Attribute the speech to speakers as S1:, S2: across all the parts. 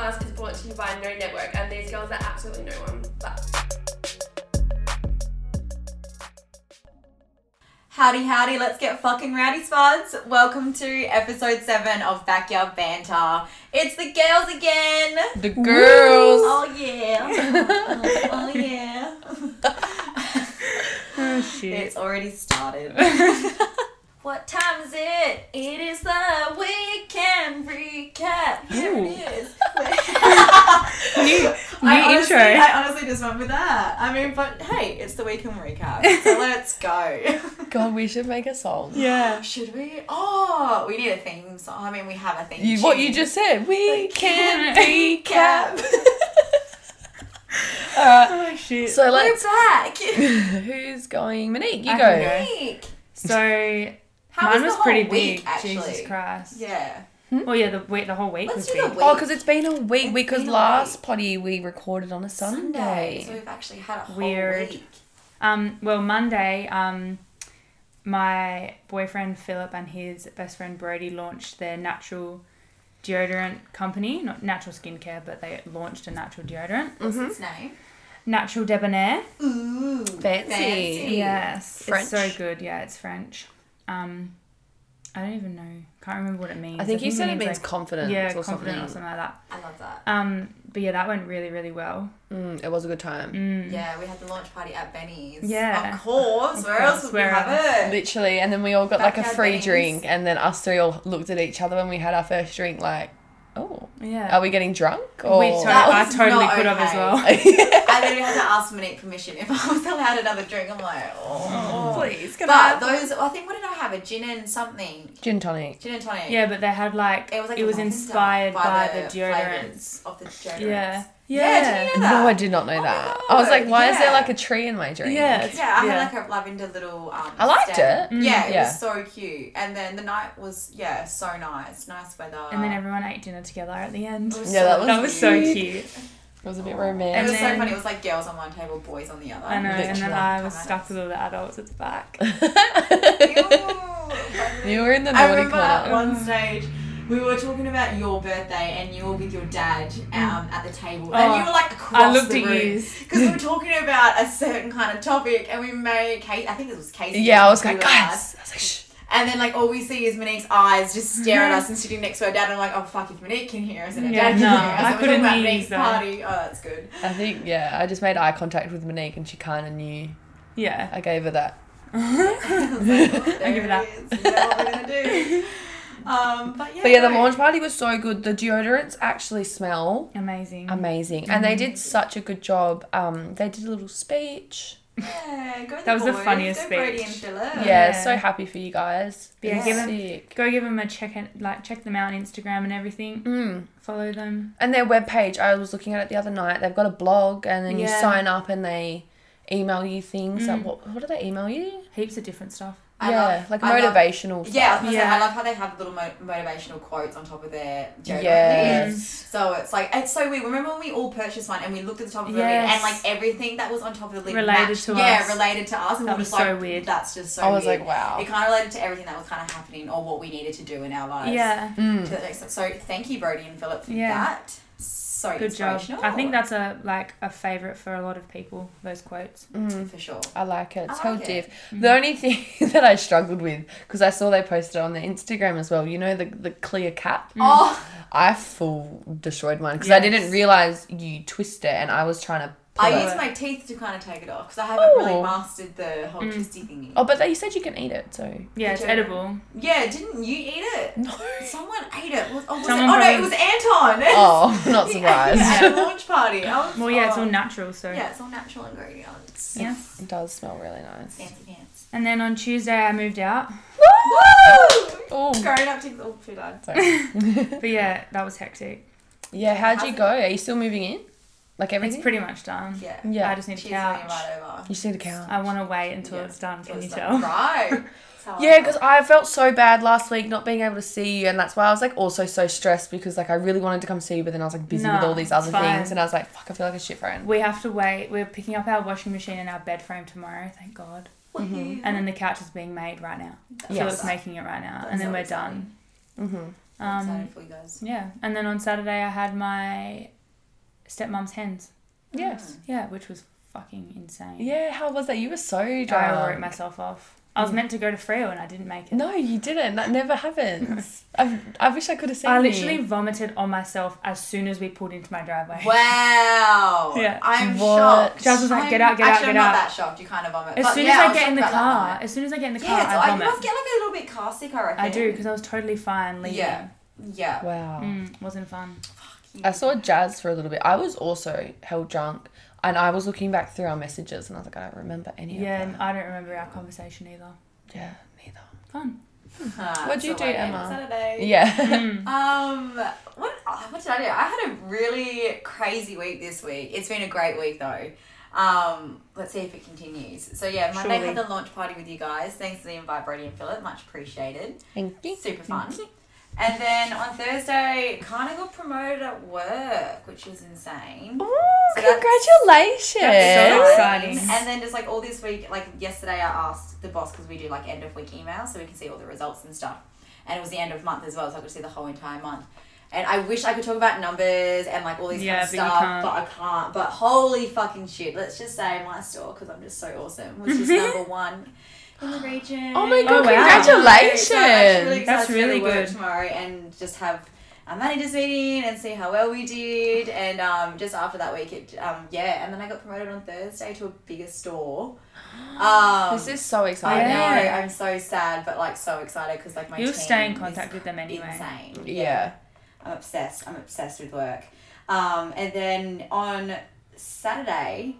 S1: absolutely by no network, and these girls are absolutely no one. But
S2: Howdy, howdy, let's get fucking rowdy, spots. Welcome to episode 7 of Backyard Banter. It's the girls again.
S3: The girls.
S2: Oh, yeah. oh, oh, yeah.
S3: Oh,
S2: It's already started. what time is it? It is the weekend recap. Here
S3: Ooh.
S2: it is.
S3: new
S2: I
S3: new intro.
S2: honestly, I honestly just went with that. I mean, but hey, it's the weekend recap, so let's go.
S3: God, we should make a song.
S2: Yeah. Should we? Oh, we need a theme song. I mean, we have a theme.
S3: You, what you
S2: tune.
S3: just said. We can recap.
S2: oh shit.
S3: So
S2: We're
S3: let's.
S2: back.
S3: Who's going? Monique, you
S4: I
S3: go.
S4: can go.
S2: Week.
S4: So
S2: How
S4: mine
S2: the
S4: was
S2: whole
S4: pretty
S2: week,
S4: big.
S2: actually?
S4: Jesus Christ. Hmm?
S2: Yeah.
S4: Well, yeah, the wait, the whole week
S2: Let's
S4: was
S2: do
S4: big.
S2: the week.
S3: Oh, because it's been a week.
S2: It's
S3: Because
S2: been a
S3: last
S2: week.
S3: potty we recorded on a Sunday.
S2: So we've actually had a whole
S4: Weird.
S2: week.
S4: Um, well, Monday, um, my boyfriend Philip and his best friend Brody launched their natural deodorant company, not natural skincare, but they launched a natural deodorant,
S2: What's its
S4: Mm-hmm.
S2: name?
S4: Natural Debonair.
S2: Ooh.
S3: Fancy.
S2: Fancy.
S4: Yes,
S3: French.
S4: it's so good. Yeah, it's French. Um, I don't even know. Can't remember what it means.
S3: I think you said it means
S4: like-
S3: confidence
S4: yeah,
S3: or
S4: confident
S3: something.
S4: or something like that.
S2: I love that.
S4: Um, but yeah, that went really, really well.
S3: Mm, it was a good time.
S4: Mm.
S2: Yeah, we had the launch party at Benny's.
S4: Yeah.
S2: Of course.
S4: Of
S2: where
S4: course,
S2: else would
S4: where
S2: we have it?
S3: Literally, and then we all got like a
S2: Backyard
S3: free
S2: weddings.
S3: drink, and then us three all looked at each other when we had our first drink, like, oh,
S4: Yeah.
S3: are we getting drunk? Or
S4: We totally,
S2: Oh. That
S4: I
S2: was
S4: totally
S2: not
S4: could have as
S2: okay.
S4: well.
S2: I literally had to ask Monique permission if I was allowed another drink. I'm like, oh.
S3: please, can
S2: But those, I think, what did I have? A gin and something.
S3: gin tonic?
S2: Gin and tonic.
S4: Yeah, but they had like
S2: It was like a lavender
S4: inspired by, the, deodorants.
S2: flavours of the deodorants.
S4: Yeah.
S2: Yeah, did you know that?
S3: No, I did not know
S2: Oh my
S3: that. I was like,
S2: God,
S3: why is there
S2: yeah.
S3: like a tree in my drink?
S4: Yeah.
S2: Yeah, I
S4: Yeah.
S2: had like a lavender little. Um,
S3: I liked
S2: stem.
S3: it.
S4: Mm.
S2: Yeah, it
S3: Yeah.
S2: was so cute. And then the night was yeah so nice, nice weather.
S4: And then everyone ate dinner together at the end.
S2: It
S3: Yeah, that was
S4: that was so
S3: cute.
S4: cute.
S3: It was a bit
S2: It
S3: romantic.
S2: was so
S4: then-
S2: funny. It was like girls on one table, boys on the other.
S4: I know. And then
S3: Literally.
S4: I was stuck with all the adults at the back.
S2: Ew.
S3: you were in the
S2: I
S3: naughty
S2: remember at
S3: corner.
S2: one stage we were talking about your birthday and you were with your dad um, at the table and
S4: Oh,
S2: you were like across
S4: I looked
S2: the
S4: at
S2: room
S4: you.
S2: because we were talking about a certain kind of topic and we made Kate I think it was Casey
S3: Yeah, I was
S2: who
S3: like, guys. I was like, shh.
S2: and then like all we see is Monique's eyes just stare at us and sitting next to her dad and I'm like oh fuck if Monique can hear us and her
S4: Yeah,
S2: dad can
S4: no,
S2: hear us
S4: I
S2: and we're talking
S4: couldn't
S2: about
S4: hear
S2: Monique's
S4: you,
S2: party oh that's good
S3: I think yeah. I just made eye contact with Monique, and she kind of knew.
S4: Yeah.
S3: I gave her that.
S2: I was like, oh, there
S4: give it
S2: it
S4: that.
S2: is. you know what we're gonna do um, but yeah
S3: But yeah, the
S2: no.
S3: launch party was so good. The deodorants actually smell
S4: Amazing.
S2: Um,
S3: amazing, and they
S2: Mm-hmm.
S3: did such a good job. Um, they did a little speech.
S2: Yeah, go
S4: That was the
S2: boys,
S4: funniest
S2: go Brady and
S4: speech.
S2: Phillip.
S3: Yeah,
S4: Yeah.
S3: so happy for you guys.
S4: Yeah,
S3: It's
S2: Oh, give 'em-
S3: sick.
S4: Go give them a check, in- like check them out on Instagram and everything.
S3: Mm.
S4: Follow them.
S3: And their webpage, I was looking at it the other night. They've got a blog, and then you
S4: Yeah.
S3: sign up, and they email you things. Like,
S4: Mm.
S3: what, what do they email you?
S4: Heaps of different stuff.
S2: I
S3: yeah,
S2: love-
S3: like
S2: I love-
S3: motivational. stuff.
S2: Yeah, I, was gonna say,
S4: Yeah.
S2: I love how they have little mo- motivational quotes on top of their joke.
S3: Yes.
S2: So it's like it's so weird. Remember when we all purchased one and we looked at the top of the lid
S4: Yes.
S2: and like everything that was on top of the lid
S4: Related
S2: matched-
S4: to
S2: yeah,
S4: us.
S2: related to us. And
S4: That
S2: we were
S4: was
S2: just like,
S4: so weird.
S2: That's just so.
S3: I was
S2: weird.
S3: like, wow.
S2: It kind of related to everything that was kind of happening or what we needed to do in our lives.
S4: Yeah.
S2: To
S3: Mm.
S2: the next- So thank you, Brody and Philip, for
S4: Yeah.
S2: that. So
S4: Good job.
S2: inspirational.
S4: I think that's a like a favorite for a lot of people. Those quotes.
S3: Mm.
S2: for sure.
S3: I like it. It's
S2: I
S3: held
S2: like
S3: diff.
S2: it. Mm-hmm.
S3: The only thing that I struggled with, because I saw they posted it on their Instagram as well, you know, the, the clear cap.
S4: Mm.
S2: Oh,
S3: I full destroyed mine because I
S4: Yes.
S3: didn't realize you twist it and I was trying to. Pull
S2: I
S3: it.
S2: used my teeth to kind of take it off because I haven't
S3: Oh.
S2: really mastered the whole
S4: Mm.
S2: twisty thingy.
S3: Oh, but they, you said you can eat it, so.
S4: Yeah, it's
S2: Good job.
S4: edible.
S2: Yeah, didn't you eat it?
S3: No.
S2: Someone ate it. Was- oh, was it-
S4: Someone
S2: oh, no,
S4: probably-
S2: it was Anton.
S3: Oh, not surprised.
S2: yeah, at a launch party. I was-
S4: Well, yeah, it's
S2: oh.
S4: all natural, so.
S2: Yeah, it's all natural ingredients.
S4: Yeah.
S3: It does smell really nice.
S2: Fancy pants.
S4: And then on Tuesday, I moved out.
S2: Woo!
S3: Oh.
S2: Growing up to all food on.
S4: But yeah, that was hectic.
S3: Yeah, how'd you
S2: How's it-
S3: go? Are you still moving in? Like
S4: It's
S3: everything?
S4: pretty much done.
S2: Yeah.
S3: yeah.
S4: I just need a
S2: She's gonna be
S4: couch.
S2: right over.
S3: you just need a count.
S4: I want to wait until
S2: Yeah.
S4: it's done, can
S2: It's
S4: you
S2: like,
S4: tell?
S2: Right. So
S3: Yeah, because I felt so bad last week not being able to see you, and that's why I was like also so stressed because like I really wanted to come see you, but then I was like busy with
S4: No,
S3: all these
S4: it's
S3: other
S4: fine.
S3: things, and I was like, fuck, I feel like a shit friend.
S4: We have to wait. We're picking up our washing machine and our bed frame tomorrow, thank God.
S2: Woohoo.
S4: Mm-hmm. And then the couch is being made right now.
S2: That's
S3: Yes.
S4: So
S2: all
S4: it's
S2: that.
S4: making it right now.
S2: That's
S4: and then
S2: so
S4: we're
S2: exciting.
S4: done.
S3: Mm-hmm.
S2: I'm
S4: Um,
S2: excited for you guys.
S4: yeah. And then on Saturday, I had my stepmom's hens.
S3: Yes.
S2: Ah.
S4: Yeah, which was fucking insane.
S3: Yeah, how was that? You were so drunk.
S4: I wrote myself off. I was meant to go to Freo and I didn't make it.
S3: No, you didn't. That never happens. I, I wish I could have seen
S4: I
S3: you.
S4: literally vomited on myself as soon as we pulled into my driveway.
S2: Wow.
S4: Yeah.
S2: I'm
S3: What?
S2: shocked.
S4: Jazz was like,
S2: I'm-
S4: get out, get out,
S2: actually, I'm
S4: get
S2: not
S4: out.
S2: that shocked. You kind of vomit.
S4: As
S2: But
S4: soon
S2: yeah,
S4: as I,
S2: was
S4: get in the
S2: shocked about that
S4: car,
S2: moment.
S4: as soon as I get in the car,
S2: Yeah, it's,
S4: I
S2: I, you
S4: vomit.
S2: must get like a little bit car sick, I reckon.
S4: I do because I was totally fine leaving.
S2: Yeah. Yeah.
S3: Wow.
S4: Mm, wasn't fun.
S3: I saw Jazz for a little bit. I was also held drunk, and I was looking back through our messages, and I was like, I don't remember any
S4: Yeah,
S3: of
S4: and
S3: that.
S4: I don't remember our conversation either.
S3: Yeah, neither.
S4: Fun.
S2: Huh,
S3: What'd you
S2: so
S3: do,
S2: wait,
S3: Emma?
S2: Saturday.
S3: Yeah.
S4: Mm.
S2: Um, what, oh, what did I do? I had a really crazy week this week. It's been a great week though. Um, let's see if it continues. So yeah, Monday
S4: Surely.
S2: had the launch party with you guys. Thanks to the invite, Brody and Philip. Much appreciated.
S3: Thank you.
S2: Super fun. And then on Thursday, kind of got promoted at work, which was insane.
S3: Ooh,
S2: So that's-
S3: congratulations.
S4: that's so exciting.
S2: And then just like all this week, like yesterday, I asked the boss because we do like end of week emails so we can see all the results and stuff. And it was the end of month as well, so I could see the whole entire month. And I wish I could talk about numbers and like all these kind
S4: Yeah,
S2: of
S4: but you
S2: stuff,
S4: can't.
S2: but I can't. But holy fucking shit! Let's just say my store because I'm just so awesome was just number one in the region.
S3: Oh my
S4: Oh,
S3: god,
S4: wow.
S3: congratulations.
S2: So I'm actually excited
S4: That's
S2: to go
S4: really
S2: to work
S4: good.
S2: Tomorrow and just have a managers meeting and see how well we did. And um, just after that week, it um, yeah. And then I got promoted on Thursday to a bigger store. Um,
S3: this is so
S2: I
S3: exciting.
S2: know.
S4: Yeah.
S2: I'm so sad, but like so excited because like my
S4: You'll
S2: team
S4: stay in
S2: is
S4: contact with them anyway.
S2: Insane.
S3: Yeah.
S2: I'm obsessed. I'm obsessed with work. Um, and then on Saturday,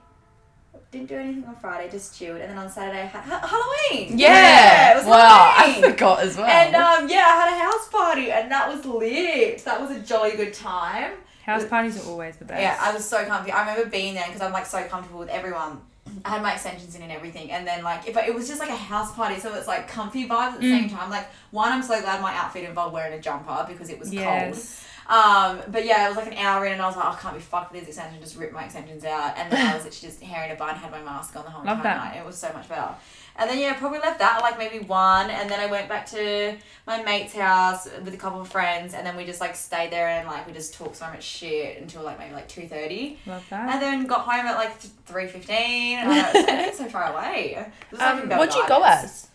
S2: didn't do anything on Friday, just chilled. And then on Saturday, ha- ha- Halloween.
S3: Yeah.
S2: it was
S3: wow,
S2: Halloween.
S3: I forgot as well.
S2: And um, yeah, I had a house party, and that was lit. That was a jolly good time.
S4: House parties are always the best.
S2: Yeah, I was so comfy. I remember being there because I'm like so comfortable with everyone. I had my extensions in and everything, and then like, but it was just like a house party, so it's like comfy vibes at the same time. Like, one, I'm so glad my outfit involved wearing a jumper because it was cold.
S4: yes.
S2: Um, but yeah, it was like an hour in, and I was like, "Oh, I can't be fucked with these extensions. Just rip my extensions out. And then I was literally just hair in a bun, had my mask on the whole
S4: Love
S2: entire
S4: that.
S2: night. It was so much better. And then yeah, probably left that at like maybe one, and then I went back to my mate's house with a couple of friends, and then we just like stayed there and like we just talked so much shit until like maybe like two thirty,
S4: Love
S3: Ah.
S4: that.
S2: and then got home at like three fifteen. It's so far away. It was, like,
S3: Um,
S2: in
S3: what'd you go
S2: Belgium.
S3: as?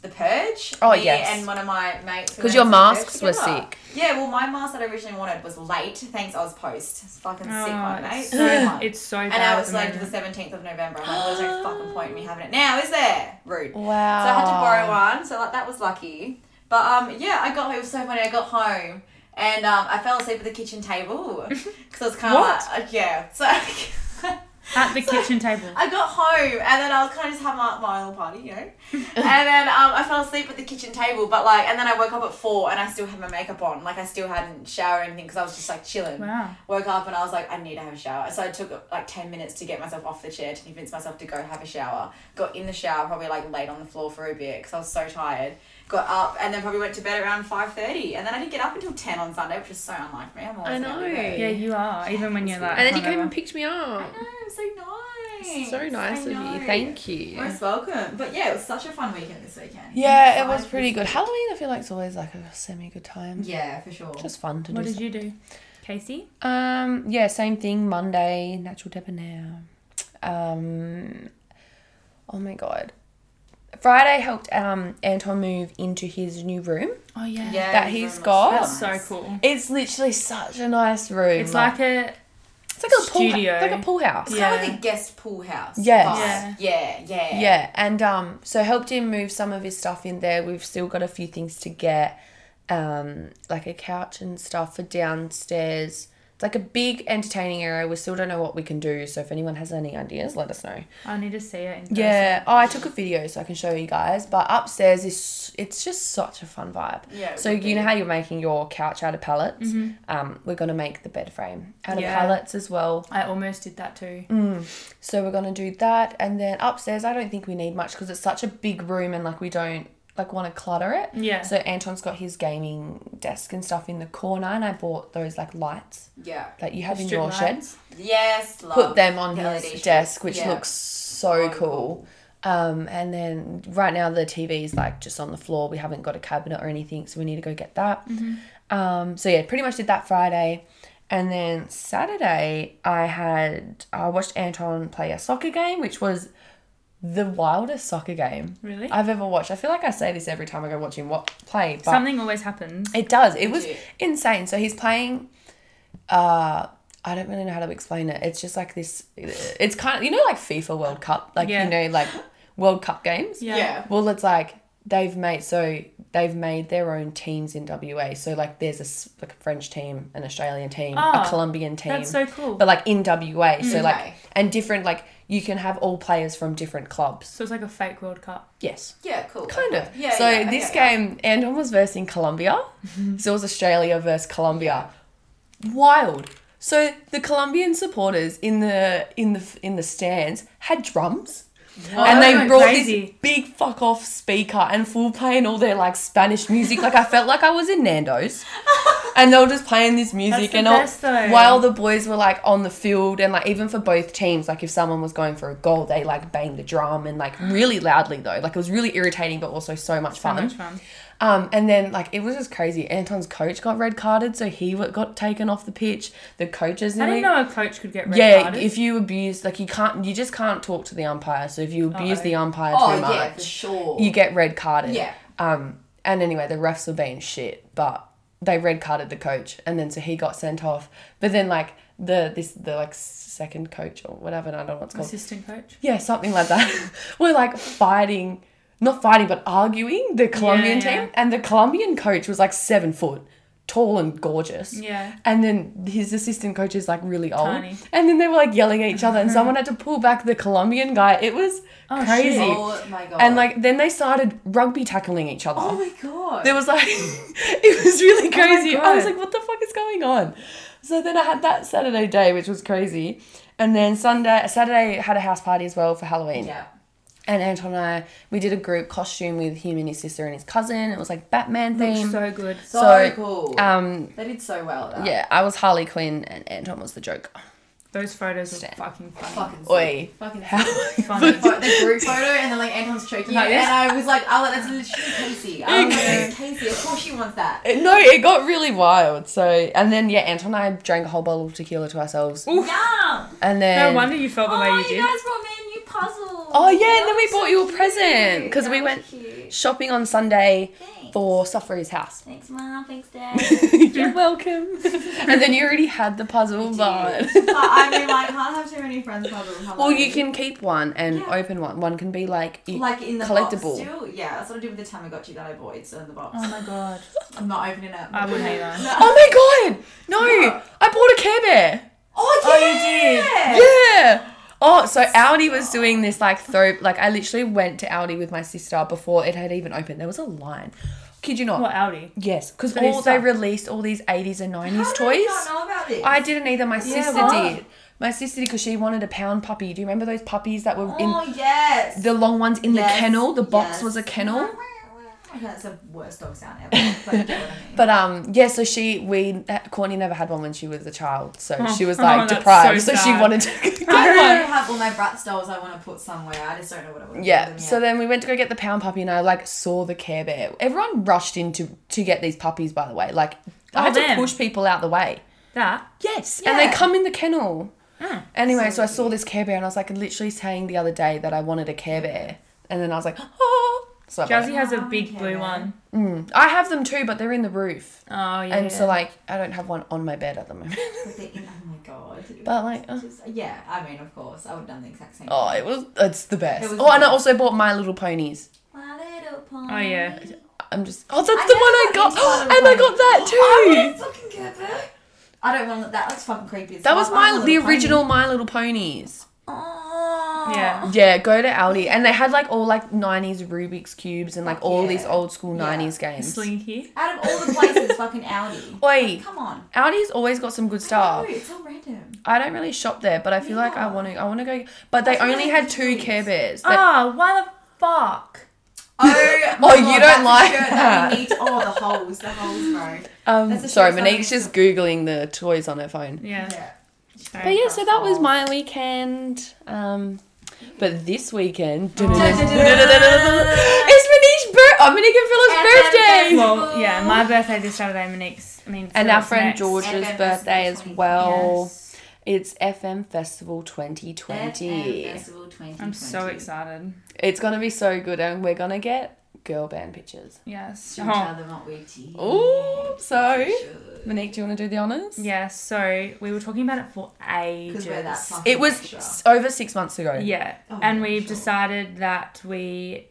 S2: The Purge.
S3: Oh,
S2: me
S3: yes.
S2: And one of my mates. we went
S3: Because your
S2: to The Purge
S3: masks were
S2: together.
S3: sick.
S2: Yeah, well, my mask that I originally wanted was late. Thanks, I was post. It's fucking sick one,
S4: Oh,
S2: mate.
S4: it's,
S2: Sick
S4: so,
S2: one.
S4: it's so bad.
S2: and I
S4: at
S2: was
S4: the
S2: late to
S4: moment.
S2: the seventeenth of November. I'm like, there's no fucking point in me having it now, is there? Rude.
S3: Wow.
S2: So I had to borrow
S4: Um,
S2: one, so like that was lucky. But um, yeah, I got home. It was so funny. I got home and um, I fell asleep at the kitchen table because I was kind of
S4: What?
S2: like, uh, yeah. So
S4: At the
S2: So-
S4: kitchen table.
S2: I got home and then I was kind of just having my, my little party, you know. and then um, I fell asleep at the kitchen table, but like, and then I woke up at four and I still had my makeup on, like I still hadn't showered or anything because I was just like chilling.
S4: Wow.
S2: Woke up and I was like, I need to have a shower. So I took like ten minutes to get myself off the chair to convince myself to go have a shower. Got in the shower, probably like laid on the floor for a bit because I was so tired. Got up and then probably went to bed around five thirty, and then I didn't get up until ten on Sunday, which is so unlike me. I'm always
S3: I
S2: an early
S3: know.
S2: bird.
S4: Yeah, you are. Even when you're like.
S3: And then you came
S4: hungover.
S3: and picked me
S2: I
S3: up.
S2: know, so nice.
S3: So nice
S2: I
S3: of you.
S2: know.
S3: Thank you.
S2: Most welcome. But yeah, it was such a fun weekend this weekend.
S3: Yeah, it was pretty good. Halloween, I feel like it's always like a semi good time.
S2: Yeah, for sure.
S3: Just fun to
S4: What
S3: do.
S4: did you do? Casey?
S3: Um, yeah, same thing. Monday, natural debonair. Um, oh my god. Friday helped um Anton move into his new room.
S4: Oh, yeah.
S2: it
S3: That
S2: was
S3: he's
S2: very much
S3: got.
S4: That's so
S2: nice.
S4: cool.
S3: It's literally such a nice room.
S4: It's like a.
S3: it's like a
S4: studio.
S3: pool, it's like a pool house.
S2: It's
S3: Yeah.
S2: kind of
S4: Yeah.
S2: like a guest pool house.
S3: Yes.
S2: vibe. Yeah. Yeah. Yeah.
S3: and um, so helped him move some of his stuff in there. We've still got a few things to get, um, like a couch and stuff for downstairs. It's like a big entertaining area. We still don't know what we can do. So if anyone has any ideas, let us know.
S4: I need to see it in person.
S3: Yeah. Oh, I took a video so I can show you guys. But upstairs is it's just such a fun vibe.
S2: Yeah, it
S3: So
S2: would
S3: you
S2: be. Mm-hmm.
S3: know how you're making your couch out of pallets. Um, we're gonna make the bed frame out of
S4: Yeah.
S3: pallets as well.
S4: I almost did that too.
S3: Mm. So we're gonna do that, and then upstairs I don't think we need much because it's such a big room and like we don't like want to clutter it.
S4: Yeah.
S3: So Anton's got his gaming desk and stuff in the corner, and I bought those like lights
S2: Yeah.
S3: that you have in
S4: Strip
S3: your shed.
S4: mats.
S2: Yes. Love.
S3: Put them on
S2: the
S3: his
S2: LED strips.
S3: desk, which
S2: Yeah.
S3: looks so
S2: So
S3: cool. Um, and then right now the TV is like just on the floor. We
S2: Mm-hmm.
S3: haven't got a cabinet or anything, so we need to go get that. Um, so yeah, pretty much did that Friday, And then Saturday, I had I watched Anton play a soccer game, which was the wildest soccer game
S4: Really?
S3: I've ever watched. I feel like I say this every time I go watch him what play, but
S4: Something always happens.
S3: it does. It was
S2: Legit.
S3: insane. So he's playing. Uh, I don't really know how to explain it. It's just like this. It's kind of you know like FIFA World Cup, like
S4: Yeah.
S3: you know like World Cup games.
S4: Yeah.
S2: Yeah.
S3: Well, it's like they've made so they've made their own teams in WA. So like there's a s- like a French team, an Australian team, a
S4: Oh,
S3: Colombian team.
S4: That's so cool.
S3: but like in WA, so like
S2: Okay.
S3: and different like you can have all players from different clubs.
S4: so it's like a fake World Cup.
S3: Yes.
S2: Yeah, cool.
S3: Kind of.
S2: Yeah,
S3: so
S2: yeah,
S3: this
S2: okay, yeah.
S3: game, Andon was versing Colombia. so it was Australia versus Colombia. Wild. So the Colombian supporters in the in the in the stands had drums. and they
S4: Whoa.
S3: brought this
S4: Oh, Crazy.
S3: big fuck off speaker and full playing all their like Spanish music. Like I felt like I was in Nando's. And they were just playing this music
S4: the
S3: and all,
S4: best though.
S3: while the boys were like on the field and like even for both teams, like if someone was going for a goal, they like banged the drum and like really loudly though. Like it was really irritating but also so much
S4: So
S3: fun.
S4: much fun.
S3: Um, and then like it was just crazy. Anton's coach got red carded, so he wa- got taken off the pitch. The coaches
S4: I didn't know a coach could get red
S3: yeah,
S4: carded.
S3: if you abuse, like you can't, you just can't talk to the umpire. So if you abuse
S4: Uh-oh.
S3: the umpire
S2: Oh
S3: too much,
S2: yeah, for sure.
S3: you get red carded.
S2: Yeah.
S3: Um. And anyway, the refs were being shit, but they red carded the coach, and then so he got sent off. But then like the this the like second coach or whatever, and I don't know what's called.
S4: Assistant coach.
S3: Yeah, something like that. We're like fighting, not fighting, but arguing the Colombian
S4: Yeah, yeah.
S3: team. And the Colombian coach was like seven foot, tall and gorgeous.
S4: Yeah.
S3: And then his assistant coach is like really old.
S4: Tiny. Uh-huh.
S3: And then they were like yelling at each other, and someone had to pull back the Colombian guy. It was
S4: Oh,
S3: crazy.
S4: shit.
S2: Oh my god.
S3: And like then they started rugby tackling each other.
S2: Oh my god.
S3: There was like, it was really
S4: Oh my
S3: crazy. I was
S4: God.
S3: like, what the fuck is going on? So then I had that Saturday day, which was crazy. And then Sunday, Saturday had a house party as well for Halloween.
S2: yeah.
S3: And Anton and I, we did a group costume with him and his sister and his cousin. It was like Batman theme.
S4: So good.
S2: So,
S3: So,
S2: cool.
S3: um,
S2: they did so well at that.
S3: yeah, I was Harley Quinn and Anton was the Joker.
S4: Those photos
S3: Stand.
S4: are fucking funny.
S2: Fucking
S3: Oi.
S2: sick. Fucking
S3: How?
S2: sick.
S4: Funny.
S2: Fo- the group photo and then like Anton's choking
S4: Like
S2: you,
S4: this?
S2: and I was like, oh, that's literally Casey. Oh, I was like, it's Casey. Of course she wants that.
S3: It- no, it got really wild. So, and then yeah, Anton and I drank a whole bottle of tequila to ourselves,
S2: Yum. Oh,
S3: and then
S4: No wonder you felt the way you did.
S2: brought me a new puzzle.
S3: Oh, yeah, and then we
S2: That's
S3: bought you a present, 'cause
S2: That
S3: we
S2: was
S3: went-
S2: cute.
S3: shopping on Sunday
S2: Thanks.
S3: for stuff for his house.
S2: Thanks, mom. Thanks, dad.
S3: You're welcome. and then you already had the puzzle, but
S2: but I mean, like, can't have too many friends puzzles. hello.
S3: well, you can keep one and
S2: Yeah.
S3: open one. One can be like you-
S2: Like in the
S3: collectible.
S2: box still, yeah. That's what I did with the Tamagotchi that I bought. It's in the box.
S4: Oh my god.
S2: I'm not opening it.
S4: I wouldn't either.
S2: No.
S3: Oh my god! No,
S2: What?
S3: I bought a Care Bear.
S2: Oh, yeah.
S4: Oh, you did.
S3: Yeah. Oh, so Audi was doing this like throw. Like I literally went to Audi with my sister before it had even opened. There was a line. Kid you not?
S4: What Audi?
S3: Yes, because
S4: But it
S3: all they
S4: sucked.
S3: released all these eighties and
S2: How
S3: nineties
S2: did
S3: toys.
S2: I not know about this?
S3: I didn't either. My sister
S4: why?
S3: did. My sister did because she wanted a pound puppy. Do you remember those puppies that were in
S2: Oh yes.
S3: the long ones in the
S2: Yes,
S3: kennel? The box
S2: yes. Oh
S3: was a kennel.
S2: Okay, that's the worst dog sound ever. But you get what I mean.
S3: But um, yeah. So she, we, uh, Courtney never had one when she was a child, so
S4: Oh,
S3: she was
S4: oh,
S3: like
S4: that's
S3: deprived. So,
S4: so
S3: she
S4: sad.
S3: wanted to
S2: I
S3: get one.
S2: don't have all my Bratz dolls I want to put somewhere. I just don't know what I want to
S3: Yeah.
S2: put them
S3: So
S2: yet.
S3: then we went to go get the pound puppy, and I like saw the Care Bear. Everyone rushed in to to get these puppies. By the way, like I
S4: Oh,
S3: had
S4: them.
S3: to push people out the way.
S4: That?
S3: Yes. And they
S2: Yeah.
S3: come in the kennel.
S4: Mm.
S3: Anyway, so,
S2: So
S3: I saw this Care Bear, and I was like literally saying the other day that I wanted a Care Bear, and then I was like, oh. So I bought
S4: Jazzy has a big
S2: Okay.
S4: blue one.
S3: it. Mm. I have them too, but they're in the roof,
S4: Oh yeah.
S3: and so like I don't have one on my bed at the moment.
S2: Put the- oh my god.
S3: But like, uh,
S2: Just- yeah, I mean, of course, I would have done the exact same.
S3: oh, it was it's the best.
S2: It was
S3: oh,
S2: the
S3: and I
S2: best.
S3: also bought My Little Ponies.
S2: My little pony.
S4: Oh, yeah.
S3: I'm just oh, that's
S2: I
S3: the
S2: never
S3: one I
S2: got
S3: got,
S2: into My Little Pony. I want
S3: and I got that too.
S2: a fucking Care Bear. I don't want that. That's fucking creepy. as
S3: That
S2: fuck.
S3: was
S2: I want
S3: my
S2: a
S3: the
S2: little pony.
S3: original My Little Ponies.
S2: Oh.
S4: Yeah.
S3: Yeah, go to Aldi, and they had like all like '90s Rubik's cubes and like all
S2: Yeah.
S3: these old school
S2: Yeah.
S3: '90s games.
S4: Slinky.
S2: Out of all the places, fucking Audi.
S3: Oi.
S2: Come on.
S3: Aldi's always got some good
S2: No,
S3: stuff.
S2: it's all random.
S3: I don't really shop there, but I feel like I
S2: Yeah.
S3: want to. I want to go, but they
S2: That's
S3: only
S2: really
S3: had
S2: good
S3: two
S2: choice.
S3: Care Bears. They-
S2: Ah,
S4: Oh, why the fuck?
S2: Oh, my
S3: Oh, you
S2: God,
S3: don't
S2: that's a
S3: like
S2: shirt
S3: that.
S2: we need to- oh, the holes, the holes, bro.
S3: um,
S2: that's the
S3: sorry,
S2: show I
S3: Monique's
S2: used
S3: just googling the toys on her phone.
S4: Yeah.
S3: But yeah, so that
S2: oh.
S3: was my weekend. Um, but this weekend,
S4: Oh.
S3: it's Manisha's Monique's birth. Oh, Monique and Philip's birthday.
S4: Well, yeah, my birthday this Saturday, Monique's. I mean,
S3: And our
S4: Philip's
S3: friend
S4: next.
S3: George's
S2: FM
S3: birthday as
S2: Festival
S3: well.
S4: Yes.
S3: It's FM Festival 2020.
S2: Festival 2020.
S4: I'm so excited.
S3: It's gonna be so good, and we're gonna get girl band pictures.
S4: Yes.
S2: Should
S4: Oh.
S2: tell them what we did.
S3: Ooh, so
S2: Should.
S3: Monique, do you want to do the honors?
S4: Yeah, so we were talking about it for ages.
S2: we're that fucking
S3: It was
S2: extra.
S3: s- over six months ago.
S4: Yeah,
S2: Oh,
S4: and
S2: yeah,
S4: we've
S2: sure.
S4: decided that we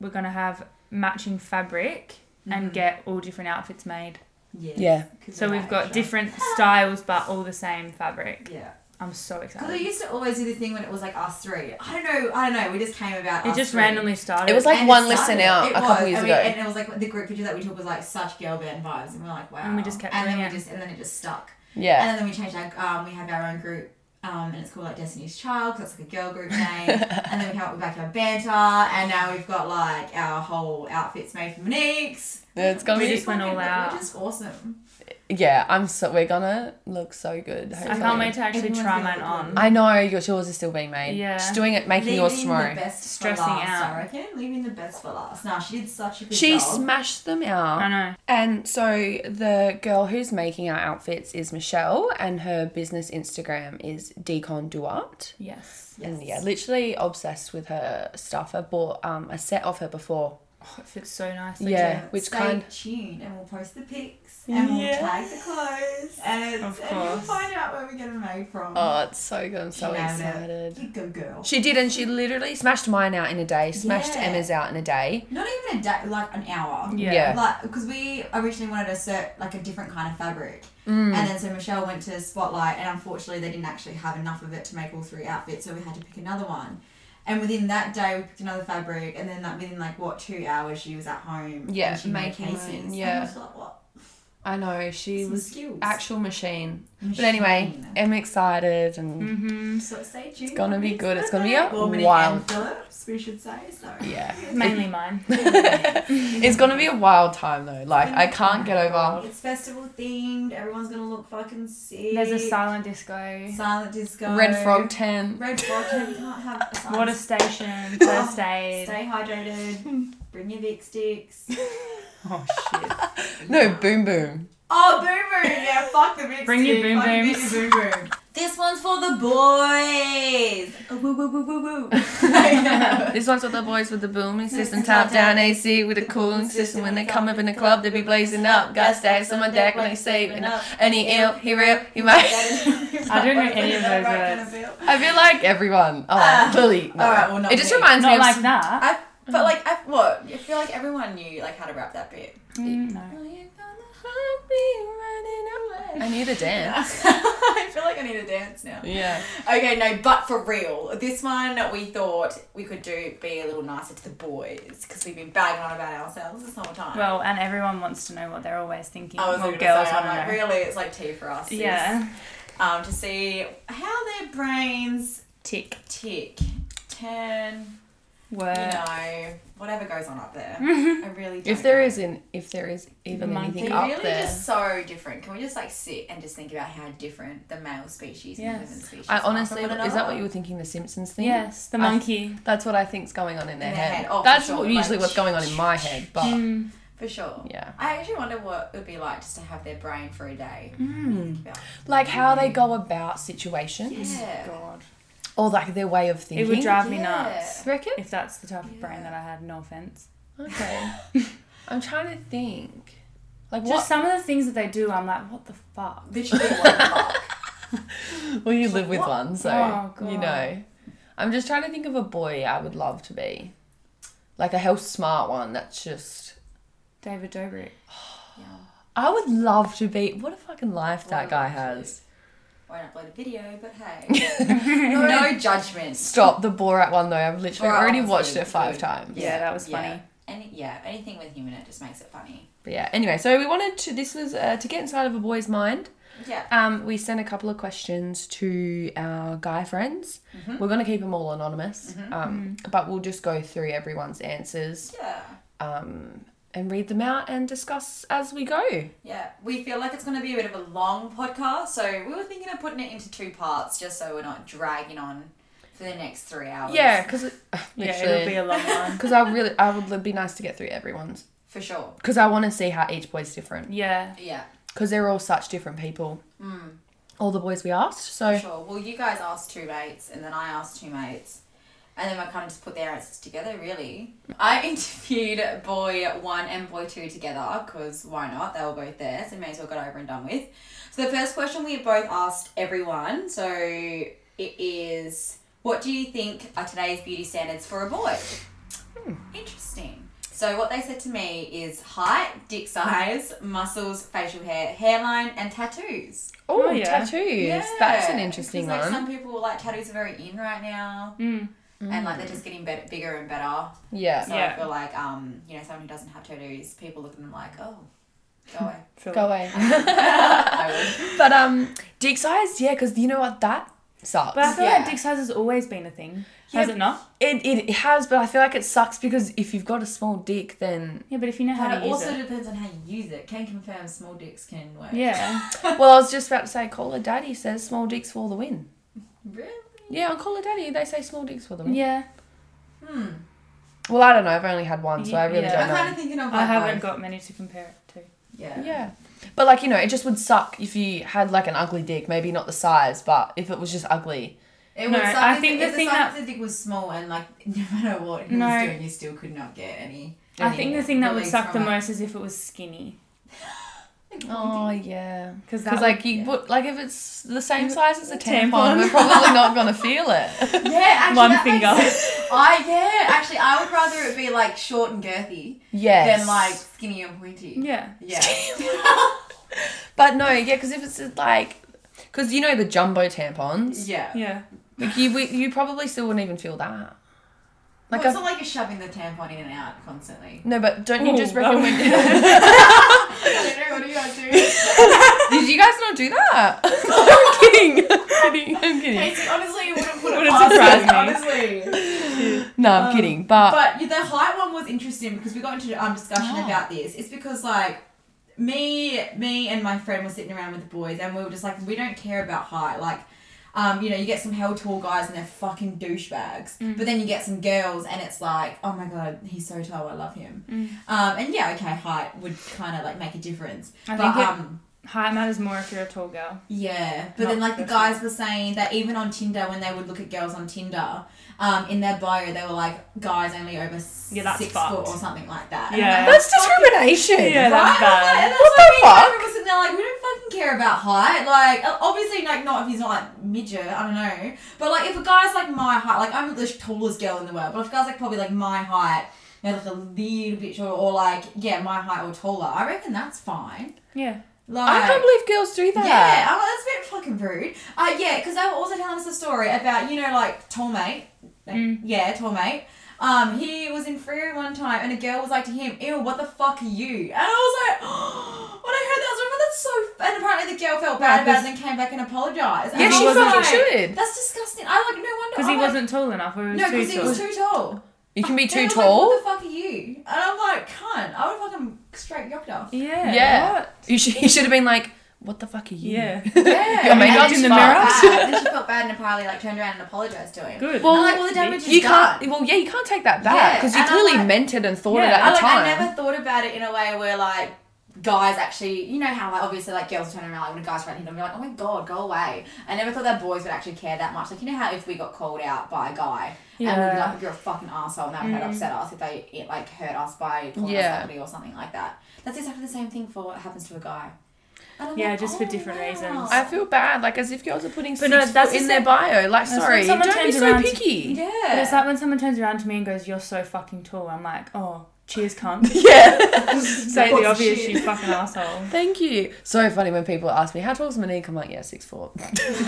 S4: were gonna have matching fabric
S2: Mm.
S4: and get all different outfits made.
S2: Yes,
S3: Yeah.
S2: 'cause
S4: So
S2: we're
S4: we've
S2: that
S4: got
S2: extra.
S4: different styles, but all the same fabric.
S2: Yeah.
S4: I'm so
S2: Because I
S4: excited.
S2: used to always do the thing when it was like us three. I don't know. I don't know. We just came about.
S4: It
S2: us
S4: just
S2: three.
S4: randomly started.
S3: It was like
S2: And
S3: one
S2: it
S3: listen
S2: started-
S3: out
S2: it
S3: a couple
S2: was,
S3: years
S2: and
S3: ago.
S2: We, and it was like the group picture that we took was like such girl band vibes, and we were like, wow.
S4: And we just kept
S2: and
S4: doing
S2: then
S4: it.
S2: we just and then it just stuck.
S3: yeah.
S2: And then we changed our um, we have our own group. Um, and it's called like Destiny's Child because it's like a girl group name. and then we came up with Backyard Banter, and now we've got like our whole outfits made for Monique's.
S3: It's gonna
S4: We
S3: be
S4: just went all
S2: We're
S4: out.
S2: just awesome.
S3: yeah. I'm so we're gonna look so good. Hopefully.
S4: I can't wait to actually
S2: Everyone's
S4: try
S2: gonna
S4: mine
S2: look
S4: on.
S2: good.
S3: I know your yours is still being made.
S4: Yeah.
S3: Just doing it, making
S2: Leaving
S3: yours
S2: the
S3: tomorrow.
S2: best for
S4: Stressing
S2: last,
S4: out.
S2: I reckon. Leaving the best for last. Nah, she did such a good
S3: She
S2: job.
S3: smashed them out.
S4: I know.
S3: And so the girl who's making our outfits is Michelle, and her business Instagram is Decon Duart.
S4: Yes.
S3: And yeah, literally obsessed with her stuff. I bought um, a set of her before.
S4: Oh, it fits so nicely.
S3: yeah, which
S2: Stay
S3: kind.
S2: tuned and we'll post the pics and we'll
S3: Yes.
S2: tag the clothes and,
S4: Of
S2: and you'll
S4: course.
S2: find out where we get them made from.
S3: Oh, it's so good! I'm so
S2: She nailed it.
S3: excited.
S2: You go girl.
S3: She did, and she literally smashed mine out in a day. Smashed
S2: Yeah.
S3: Emma's out in a day.
S2: Not even a day, like an hour.
S4: Yeah.
S3: Yeah.
S2: Like, because we originally wanted to set like a different kind of fabric,
S3: Mm.
S2: and then so Michelle went to Spotlight, and unfortunately they didn't actually have enough of it to make all three outfits, so we had to pick another one. And within that day, we picked another fabric, and then like within like what two hours, she was at home.
S3: Yeah,
S2: and she made
S3: making
S2: cases.
S3: one,
S2: And I
S3: yeah.
S2: was like, what?
S3: I know she
S2: Some
S3: was
S2: skills.
S3: actual machine. Mm. But anyway,
S2: Machine.
S3: I'm excited and
S4: Mm-hmm.
S2: So stay tuned.
S3: gonna
S2: for
S3: be
S2: next
S3: good. It's gonna be
S2: Monday.
S3: a
S2: Well, Monique
S3: wild-
S2: and Phillips, we should say. So
S3: yeah.
S4: Mainly mine.
S3: It's gonna be a wild time though. Like I can't get over.
S2: It's festival themed. Everyone's gonna look fucking sick.
S4: There's a silent disco.
S2: silent disco.
S3: Red Frog Ten.
S2: Red frog. tent, You can't have a silent
S4: Water station.
S2: Oh.
S4: First aid.
S2: Stay hydrated. Bring your Vic sticks.
S4: Oh shit.
S3: No, Boom Boom.
S2: Oh, boom boom. Yeah, fuck the Vic
S4: Bring your
S2: stick,
S4: boom
S2: fuck your
S4: booms.
S2: Vic, your boom boom. This one's for the boys. Oh, woo woo woo woo woo. I
S3: This one's for the boys with the booming system,
S2: System
S3: top
S2: top
S3: down
S2: down.
S3: AC with a cooling system. When they come up in the club, they be blazing up. Got stacks on my deck when they saving up. And he ill, he real, he might.
S4: I don't know any of those words.
S3: I feel like everyone. Oh,
S2: Ah.
S3: clearly. No.
S2: Alright, well, not
S3: it just
S2: me.
S3: reminds me of.
S4: Not like that.
S2: I, but like, I, what? I feel like everyone knew like how to rap that bit.
S4: Mm, no.
S3: I need a dance.
S2: I feel like I need to dance now.
S3: Yeah.
S2: Okay, no, but for real, this one we thought we could do be a little nicer to the boys because we've been banging on about ourselves this whole time.
S4: Well, and everyone wants to know what they're always thinking.
S2: I was
S4: well,
S2: gonna
S4: girls
S2: say,
S4: want
S2: I'm
S4: to
S2: like,
S4: know.
S2: really, it's like tea for us. sis.
S4: Yeah.
S2: Um, to see how their brains
S4: Tick.
S2: tick, turn,
S4: Word.
S2: you know, whatever goes on up there. I really. Don't
S3: Uh, If there
S2: know.
S3: is an, if there is even
S4: Monkey.
S3: anything
S2: They're
S3: up
S2: really
S3: there,
S2: just so different. Can we just like sit and just think about how different the male species and the
S4: Yes.
S2: women species?
S3: I
S2: are from
S3: honestly,
S2: one
S3: is that what
S2: another?
S3: you were thinking? The Simpsons thing.
S4: Yes, the
S3: I-
S4: monkey.
S3: That's what I think's going on in their,
S2: In their
S3: head.
S2: head. Oh, for
S3: That's
S2: sure.
S3: what, usually
S2: Like,
S3: what's going on in my head, but
S4: Mm.
S2: For sure.
S3: yeah,
S2: I actually wonder what it would be like just to have their brain for a day.
S3: Hmm.
S2: Yeah.
S3: like how they go about situations
S2: Yeah.
S4: God.
S3: or like their way of thinking.
S4: It would drive me
S2: Yeah.
S4: nuts.
S3: Reckon?
S4: If that's the type of brain
S2: Yeah.
S4: that I had, no offense.
S3: Okay. I'm trying to think. Like
S4: Just some of the things that they do, I'm like, what the fuck?
S2: Literally what the fuck.
S3: what? Well, you
S2: Just
S3: live
S2: like,
S3: with
S2: what?
S3: one, so
S4: Oh, God.
S3: you know. I'm just trying to think of a boy I would love to be, like a health smart one. That's just.
S4: David Dobrik.
S2: Yeah.
S3: I would love to be. What a fucking life that
S2: What
S3: guy
S2: about
S3: has.
S2: you? Won't upload a video, but hey. no, judgment.
S3: Stop the Borat one though. I've literally
S2: Borat
S3: already
S2: one's
S3: watched
S2: really
S3: it five
S2: good.
S3: times.
S4: Yeah, that was funny.
S2: Any, yeah, anything with human it just makes it funny.
S3: But yeah, anyway, so we wanted to. This was uh, to get inside of a boy's mind.
S2: Yeah.
S3: Um, we sent a couple of questions to our guy friends. We're gonna keep them all anonymous, um, but we'll just go through everyone's answers
S2: Yeah.
S3: um, and read them out and discuss as we go.
S2: Yeah. We feel like it's going to be a bit of a long podcast, so we were thinking of putting it into two parts just so we're not dragging on for the next three hours.
S3: Yeah, because
S4: Yeah, it'll be
S3: literally.
S4: a long one.
S3: Because I really, I would it'd be nice to get through everyone's.
S2: For sure.
S3: Because I want to see how each boy's different.
S4: Yeah.
S2: Yeah,
S3: Because they're all such different people.
S2: Mm.
S3: All the boys we asked.
S2: for
S3: So
S2: sure. Well, you guys asked two mates, and then I asked two mates. And then I kind of just put their answers together, really. I interviewed boy one and boy two together, because why not? They were both there, so may as well got over and done with. So the first question we both asked everyone, so it is, what do you think are today's beauty standards for a boy? Interesting. So what they said to me is height, dick size, muscles, facial hair, hairline, and tattoos.
S3: oh,
S4: Oh, yeah.
S3: tattoos. That's an
S2: Yeah.
S3: interesting
S2: 'Cause, like,
S3: one.
S2: Some people like tattoos are very in right now,
S4: Mm.
S2: and like they're just getting better, bigger and better.
S3: Yeah.
S2: So I
S4: Yeah.
S2: feel like um, you know, someone who doesn't have tattoos, people look at them like, oh, go away.
S4: Philip.
S3: Go away.
S2: I would.
S3: but um, dick size, yeah, because you know what, that sucks.
S4: But I feel
S2: Yeah.
S4: like dick size has always been a thing.
S3: Yeah,
S4: Has it not?
S3: it, it has, but I feel like it sucks because if you've got a small dick, then
S4: Yeah, but if you know how
S2: But
S4: to
S2: it
S4: use
S2: also
S4: it.
S2: depends on how you use it. Can confirm small dicks can work.
S4: Yeah.
S3: well, I was just about to say, caller daddy says small dicks for the win.
S2: Really?
S3: Yeah, on caller daddy they say small dicks for the win.
S4: yeah.
S2: Hmm.
S3: Well, I don't know. I've only had one, so I really
S4: Yeah.
S2: I'm
S3: don't know.
S2: kind of thinking of.
S4: I
S2: like,
S4: haven't
S2: both.
S4: got many to compare it to.
S2: Yeah.
S3: Yeah. But like, you know, it just would suck if you had like an ugly dick, maybe not the size, but if it was just ugly.
S2: It
S4: No,
S2: would suck
S4: I
S2: if-
S4: think
S2: if
S4: the
S2: the
S4: thing
S2: size
S4: that-
S2: of the dick was small and like no matter what he
S4: No.
S2: was doing, you still could not get any.
S4: I think the thing that would
S2: release
S4: suck the
S2: from it.
S4: most is if it was skinny.
S3: Oh yeah.
S4: Because
S3: Cuz
S4: that
S3: like you
S2: yeah.
S3: put like if it's the same size as a tampon,
S4: Tampon.
S3: we're probably not going to feel it.
S2: Yeah, actually,
S4: One
S2: that makes
S4: finger.
S2: sense. I yeah, actually, I would rather it be like short and girthy
S3: Yes.
S2: than like skinny and pointy.
S4: yeah.
S2: Yeah.
S3: But no, yeah, cuz if it's like cuz you know the jumbo tampons,
S2: yeah.
S4: Yeah.
S3: like you we- you probably still wouldn't even feel that.
S2: Like
S3: Like
S2: it's
S3: I
S2: not like you're shoving the tampon in and out constantly.
S3: no, but don't you
S4: Ooh, um,
S3: just
S4: that
S3: reckon
S4: would-
S3: when
S2: I don't know what do you guys do.
S3: Did you guys not do that? I'm kidding. I'm kidding. I'm kidding.
S2: Casey, honestly, you wouldn't put it
S4: Wouldn't
S2: past
S4: surprise
S2: us,
S4: me.
S2: Honestly,
S3: No,
S4: Um,
S3: I'm kidding.
S4: Uh,
S3: But,
S2: but yeah, the height one was interesting because we got into um discussion
S3: Oh.
S2: about this. It's because like. Me, me, and my friend were sitting around with the boys, and we were just like, we don't care about height. Like, um, you know, you get some hell tall guys and they're fucking douchebags.
S4: Mm.
S2: But then you get some girls and it's like, oh my god, he's so tall, I love him.
S4: Mm.
S2: Um, and yeah, okay, height would kind of like make a difference.
S4: I
S2: but
S4: think it-
S2: um,
S4: Height matters more if you're a tall girl.
S2: yeah, but then
S4: Not
S2: like the
S4: definitely.
S2: guys were saying that even on Tinder, when they would look at girls on Tinder, um, in their bio they were like, guys only over s-
S4: Yeah, that's
S2: six
S4: fucked.
S2: foot or something like that. And I'm
S4: Yeah.
S2: like,
S3: that's discrimination.
S4: Yeah, that's
S2: Right? And
S4: bad.
S2: that's
S3: What the
S2: I mean,
S3: fuck?
S2: Everyone was sitting there like, we don't fucking care about height. Like, o- obviously, like, not if he's not like midget. I don't know. But like, if a guy's like my height, like, I'm the tallest girl in the world. But if a guy's like probably like my height, you know, like a little bit shorter, or like yeah, my height or taller, I reckon that's fine.
S4: Yeah.
S2: Like,
S3: I can't believe girls do
S2: yeah,
S3: that.
S2: I'm like, Oh, that's a bit fucking rude. Uh, yeah, because they were also telling us a story about, you know, like, tall mate. Like,
S4: Mm.
S2: Yeah, tall mate. Um, he was in Free one time and a girl was like to him, ew, what the fuck are you? And I was like, when I heard that, I was like, well, that's so... F-. And apparently the girl felt bad about it and then came back and apologised. And
S3: Yeah,
S2: I
S3: she
S2: was
S3: fucking
S2: like,
S3: should.
S2: That's disgusting. I like, no wonder...
S4: Because
S2: I'm
S4: he
S2: Oh, like,
S4: wasn't tall enough or he was
S2: No,
S4: too
S2: because he
S4: tall.
S2: was too tall.
S3: You can be
S2: And I
S3: too
S2: was
S3: tall.
S2: Like, what the fuck are you? And I'm like, cunt. I would fucking straight yocked off.
S4: yeah.
S3: Yeah.
S4: What?
S3: You should, you should have been like, what the fuck are you?
S4: Yeah.
S2: Yeah.
S3: Your makeup's
S4: looked in the
S3: fucked.
S4: mirror.
S2: bad. Then she felt bad and apparently like turned around and apologized to him.
S4: Good.
S3: Well,
S2: I'm like, well, the damage is
S3: you can't.
S2: done.
S3: Well, yeah, you can't take that back
S2: Yeah,
S3: because
S2: and
S3: you
S2: I'm
S3: clearly
S2: like-
S3: meant it and thought it
S4: Yeah,
S3: at
S2: I,
S3: the
S2: like,
S3: time.
S2: I never thought about it in a way where like guys actually, you know how like obviously like girls turn around like when a guy's trying to hit them, you're like, oh my god, go away. I never thought that boys would actually care that much. Like you know how if we got called out by a guy and we'd be
S4: Yeah.
S2: like, you're a fucking asshole, and that would upset us if they it, like hurt us by calling
S3: Yeah.
S2: us ugly or something like that. That's exactly the same thing for what happens to a guy. And I'm "Oh,
S4: Yeah, just for different reasons.
S3: I feel bad, like as if girls are putting
S4: But
S3: six
S4: no, that's
S3: foot in
S4: the
S3: their
S4: same-
S3: bio. Like,
S4: that's when
S3: sorry,
S4: someone
S3: don't be
S4: turns
S3: so
S4: around to-
S3: picky.
S2: yeah,
S4: But it's like when someone turns around to me and goes, "You're so fucking tall." I'm like, "Oh, cheers, cunt."
S3: Yeah.
S4: Say
S3: What
S4: the
S3: the
S4: obvious,
S2: shit?
S4: you fucking asshole.
S3: Thank you. So funny when people ask me how tall is Monique. I'm like, yeah, six foot.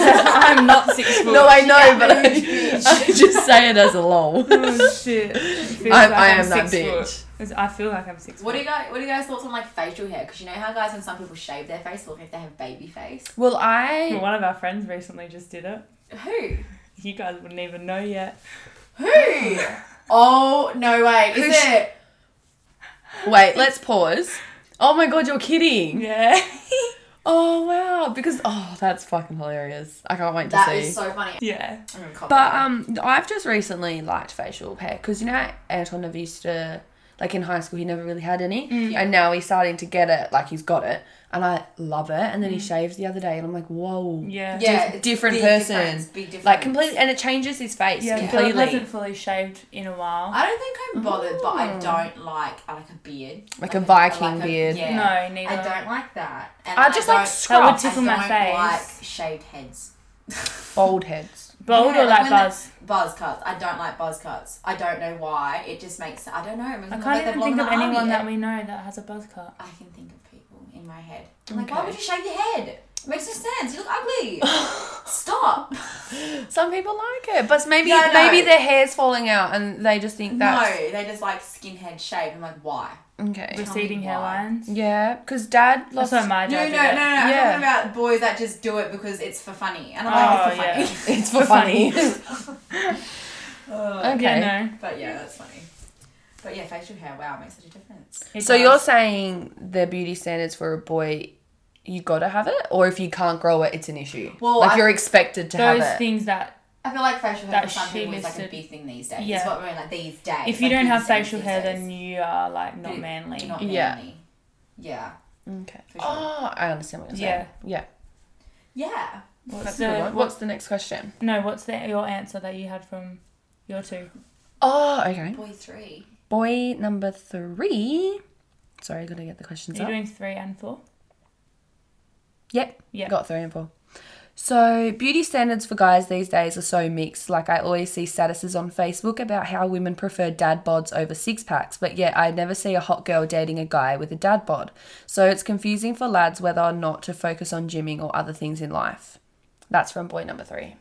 S4: I'm not six foot.
S3: no, I know, but I,
S2: huge bitch.
S3: I just say it as a lol.
S4: Oh shit! It feels
S3: I'm-
S4: like
S3: I
S4: I'm
S3: am that
S4: six
S3: bitch.
S4: foot. It's- I feel like I'm six.
S2: What do
S4: foot.
S2: you guys? What do you guys thoughts on like facial hair? Because you know how guys and some people shave their face, look if they have baby face.
S3: Well,
S4: Well,
S3: I
S4: one of our friends recently just did it.
S2: Who?
S4: You guys wouldn't even know yet.
S2: Who? oh no way! Is
S3: Who's-
S2: it?
S3: wait. Let's pause. Oh my god, you're kidding.
S4: Yeah.
S3: Oh wow! Because oh, that's fucking hilarious. I can't wait to
S2: That
S3: see.
S2: is so funny.
S4: Yeah.
S2: I'm gonna copy
S3: But
S2: that.
S3: um, I've just recently liked facial hair because you know how Anton never used to like in high school he never really had any,
S4: Mm,
S3: and now he's starting to get it like he's got it, and I love it. And then he shaved the other day, and I'm like, whoa,
S4: Mm. Yeah.
S2: yeah,
S3: diff-
S2: it's
S3: different
S2: big
S3: person.
S2: difference, big difference.
S3: like completely, and it changes his face
S4: Yeah, Philip
S3: completely,
S4: hasn't fully shaved in a while.
S2: I don't think I'm bothered, but I don't like I like a beard,
S3: Oh. like a Viking
S2: like a-
S3: beard.
S2: yeah.
S4: No,
S2: I
S4: neither.
S2: don't like that. And
S3: I
S2: don't-
S3: just like
S4: That would
S3: scruff,
S2: I
S4: tickle my
S2: don't
S4: face.
S2: like shaved heads.
S3: bald heads.
S4: Bold
S2: Yeah,
S4: or like
S2: when the-
S4: buzz?
S2: Buzz cuts. I don't like buzz cuts. I don't know why. It just makes I don't know. It makes me look
S4: I can't
S2: like they
S4: even
S2: belong
S4: think
S2: in
S4: of
S2: the army
S4: anyone
S2: yet.
S4: that we know that has a buzz cut.
S2: I can think of people in my head. I'm like, why
S3: Okay.
S2: would you shave your head? It makes no sense. You look ugly. Stop.
S3: Some people like it, but maybe
S2: Yeah, I know.
S3: maybe their hair's falling out, and they just think that's
S2: No, they just like skinhead shave. I'm like, why?
S3: okay.
S4: Receding
S2: why.
S4: hairlines.
S3: Yeah, because Dad
S4: That's
S3: lost.
S4: what my
S2: No, no,
S4: dad
S2: no, no.
S4: did it.
S3: Yeah.
S2: I'm talking about boys that just do it because it's for funny. And I'm
S4: Oh,
S2: like, it's for funny.
S3: It's for funny.
S2: Ugh.
S3: okay.
S4: Yeah, no.
S2: But yeah, that's funny. But yeah, facial hair, wow, makes such a difference.
S4: It
S3: So
S4: does.
S3: you're saying the beauty standards for a boy, you gotta have it, or if you can't grow it, it's an issue.
S2: Well,
S3: like
S2: I-
S3: you're expected to
S4: those
S3: have it.
S4: things that
S2: I feel like facial hair
S4: That
S2: for some
S4: she
S2: people is like a
S4: listed-
S2: big thing these days.
S4: Yeah.
S2: It's what we're in like these days.
S4: if you
S2: like,
S4: don't
S2: these
S4: have
S2: days,
S4: facial
S2: these
S4: hair,
S2: days.
S4: then you are like not
S2: You're
S4: manly.
S2: not
S3: Yeah.
S2: manly. Yeah.
S3: okay.
S2: For sure.
S3: Oh, I understand what you're saying. Yeah.
S2: Yeah.
S4: What's
S3: That's
S4: the
S3: a good one.
S4: what-
S3: What's the next question?
S4: no? What's the your answer that you had from your two?
S3: Oh, okay.
S2: Boy three.
S3: Boy number three. Sorry, I gotta get the questions
S4: Are you
S3: up.
S4: doing three and four?
S3: Yep.
S4: Yeah.
S3: Got three and four. So beauty standards for guys these days are so mixed. Like I always see statuses on Facebook about how women prefer dad bods over six packs, but yet I never see a hot girl dating a guy with a dad bod. So it's confusing for lads whether or not to focus on gymming or other things in life. That's from boy number three.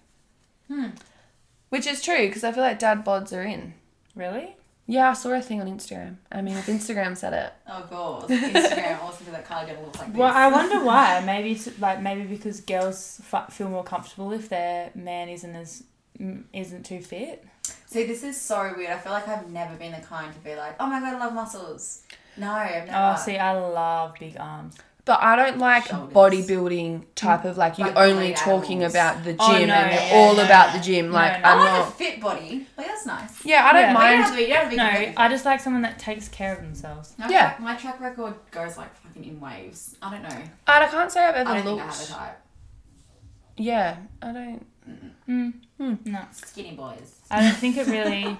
S3: Which is true because I feel like dad bods are in.
S4: Really?
S3: Yeah, I saw a thing on Instagram. I mean, if Instagram said it,
S2: Oh god. Instagram also for that Kylie Jenner looks like this.
S4: Well, I wonder why. Maybe it's like maybe because girls f- feel more comfortable if their man isn't as mm, isn't too fit.
S2: See, this is so weird. I feel like I've never been the kind to be like, oh my god, I love muscles. No, I've never.
S4: Oh, see, I love big arms.
S3: But I don't like
S2: Shoulders.
S3: bodybuilding type of like you
S2: Like
S3: only
S2: great
S3: talking
S2: animals.
S3: about the gym
S4: Oh, no,
S3: and
S4: yeah,
S3: you're all
S2: yeah,
S3: about
S2: yeah.
S3: the gym. Like
S4: no.
S2: I
S3: I'm
S2: like a
S3: not.
S2: fit body. Like that's nice.
S3: Yeah, I
S2: Like,
S3: don't
S4: Yeah, but
S2: you don't
S3: mind.
S2: have to be- you don't have to be
S4: No,
S2: completely
S4: I just like someone that takes care of themselves.
S2: My
S3: Yeah.
S2: track, my track record goes like fucking in waves. I don't know.
S3: I can't say I've
S2: I
S3: ever
S2: don't think I have a
S3: looked.
S2: type.
S3: Yeah, I don't.
S4: Mm. No,
S2: Skinny boys.
S4: I don't think it really.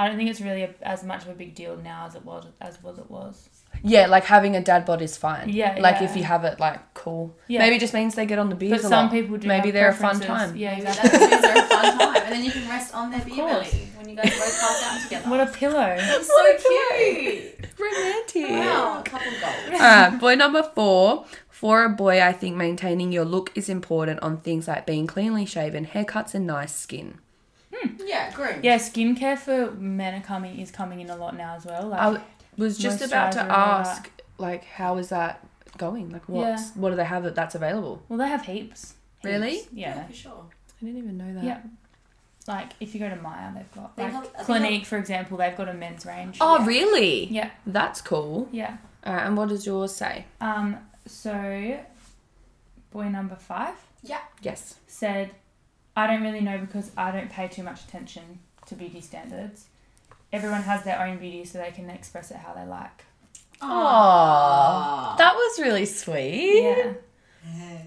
S4: I don't think it's really a, as much of a big deal now as it was as was it was.
S3: Yeah, like having a dad bod is fine.
S4: Yeah,
S3: Like
S4: yeah.
S3: if you have it, like cool.
S4: Yeah.
S3: Maybe it just means they get on the beers.
S4: But
S3: a
S4: some
S3: lot.
S4: people do.
S3: Maybe
S4: have
S3: they're a fun
S4: preferences.
S3: time.
S4: Yeah,
S2: Maybe
S4: exactly.
S2: That's means they're a fun time, and then you can rest on their beer
S4: course.
S2: belly when you guys both pass out together.
S4: what a pillow.
S2: It's so cute.
S3: Romantic.
S2: Wow, couple goals.
S3: Alright, boy number four. For a boy, I think maintaining your look is important on things like being cleanly shaven, haircuts, and nice skin.
S2: Yeah, groomed.
S4: Yeah, skincare for men are coming is coming in a lot now as well. Like,
S3: I was just about to
S4: moisturiser and all
S3: ask, like, how is that going? Like, what's what do they have that that's available?
S4: well, they have heaps.
S3: Really?
S4: Yeah.
S2: for sure.
S3: I didn't even know that.
S4: Yeah. Like if you go to Maya, they've got
S2: They
S4: like
S2: have- I think
S4: Clinique, for example, they've got a men's range.
S3: Oh,
S2: Yeah.
S3: really?
S4: Yeah,
S3: That's cool.
S4: yeah.
S3: Uh, and what does yours say?
S4: Um, so boy number five
S3: Yes.
S4: said, "I don't really know because I don't pay too much attention to beauty standards. Everyone has their own beauty, so they can express it how they like."
S3: Aw. That was really sweet.
S4: Yeah.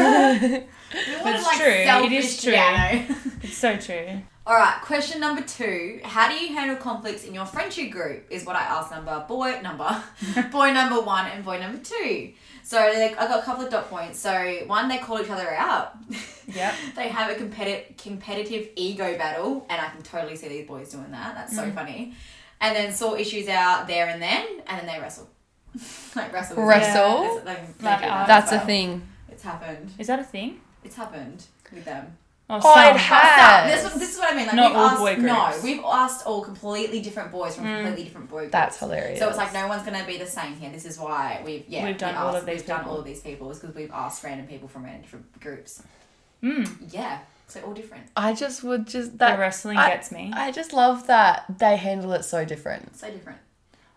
S2: but
S4: it's true. It is true.
S2: Piano.
S4: It's so true.
S2: All right, question number two. How do you handle conflicts in your friendship group? Is what I asked number boy number boy number one and boy number two. So like, I got a couple of dot points. So one, they call each other out.
S4: Yep.
S2: they have a competitive competitive ego battle, and I can totally see these boys doing that. That's
S3: Mm.
S2: so funny. And then sort issues out there and then, and then they wrestle. like wrestle. is-
S3: Wrestle?
S2: is- they- they
S4: Like,
S2: do
S4: uh,
S2: that
S3: That's
S2: as
S3: a
S2: well.
S3: thing.
S2: It's happened.
S4: Is that a thing?
S2: It's happened with them.
S3: Oh, it
S4: some.
S3: ha-
S2: But
S3: Yes.
S2: This, this is what I mean. Like
S4: Not
S2: we've
S4: all
S2: asked,
S4: boy
S2: No,
S4: groups. Mm.
S2: we've asked all completely different boys from completely different boy groups.
S3: That's hilarious.
S2: So it's like no one's gonna be the same here. This is why we've yeah
S4: We've done
S2: we
S4: all
S2: asked-
S4: of these
S2: we've done
S4: people.
S2: all of these people is because we've asked random people from random different groups.
S4: Mm,
S2: Yeah, so all different.
S3: I just would just
S4: the
S3: that.
S4: wrestling
S3: I-
S4: gets me.
S3: I just love that they handle it so different.
S2: So different.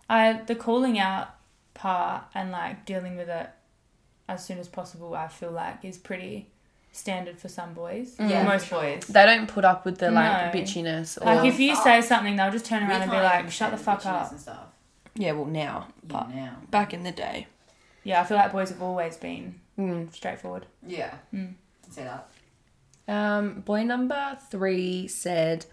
S4: I the calling out part and like dealing with it as soon as possible, I feel like is pretty standard for some boys.
S3: Mm.
S2: Yeah,
S4: Most
S2: for sure.
S4: boys.
S3: They don't put up with the like
S4: No.
S3: bitchiness or
S4: Like Oh. if you
S2: Fuck.
S4: say something, they'll just turn
S2: We
S4: around and be
S2: can't
S4: like,
S2: understand
S4: "Shut the fuck
S2: bitchiness
S4: up."
S2: And stuff.
S3: yeah, well now,
S2: Yeah,
S3: but
S2: now.
S3: back in the day.
S4: Yeah, I feel like boys have always been straightforward.
S2: Yeah.
S4: Mm.
S2: Say that.
S3: Um, boy number three said,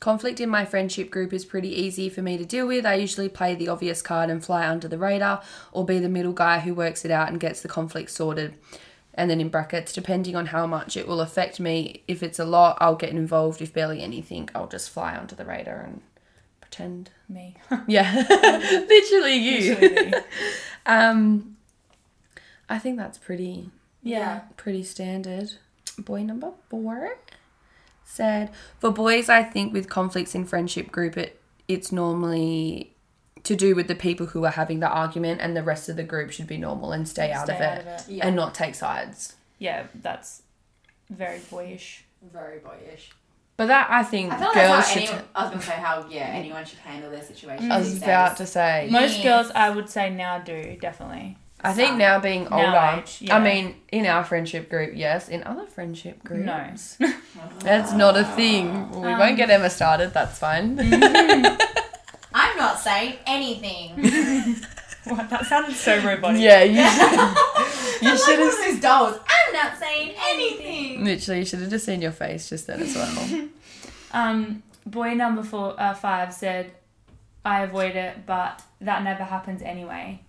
S3: Conflict in my friendship group is pretty easy for me to deal with. I usually play the obvious card and fly under the radar, or be the middle guy who works it out and gets the conflict sorted. And then in brackets, depending on how much it will affect me, if it's a lot, I'll get involved. If barely anything, I'll just fly under the radar and pretend.
S4: Me.
S3: Yeah, literally you.
S4: Usually me.
S3: Um, I think that's pretty
S4: yeah.
S3: pretty standard. Boy number four said, for boys, I think with conflicts in friendship group, it it's normally to do with the people who are having the argument, and the rest of the group should be normal and stay, out, of
S4: Stay out
S3: it,
S4: of it.
S2: Yeah.
S3: and not take sides.
S4: Yeah, that's very boyish.
S2: Very boyish.
S3: But that I think
S2: I feel like
S3: girls
S2: that's how
S3: should.
S2: anyone, I was gonna say how yeah anyone should handle
S4: Mm.
S2: their situation.
S3: I was
S2: these
S3: about
S2: days.
S3: to say.
S4: Most
S2: Yes.
S4: girls, I would say now do definitely.
S3: I think now being older,
S4: Now age, yeah.
S3: I mean, in our friendship group, yes. In other friendship groups,
S4: No.
S3: That's not a thing. We won't get Emma started. That's fine.
S2: I'm not saying anything.
S4: Wow, that sounded so robotic.
S3: yeah, you should,
S2: I'm
S3: you
S2: like
S3: should
S2: one
S3: have
S2: of those dolls. I'm not saying anything.
S3: Literally, you should have just seen your face just then as well.
S4: Um, boy number four, uh, five said, "I avoid it, but that never happens anyway.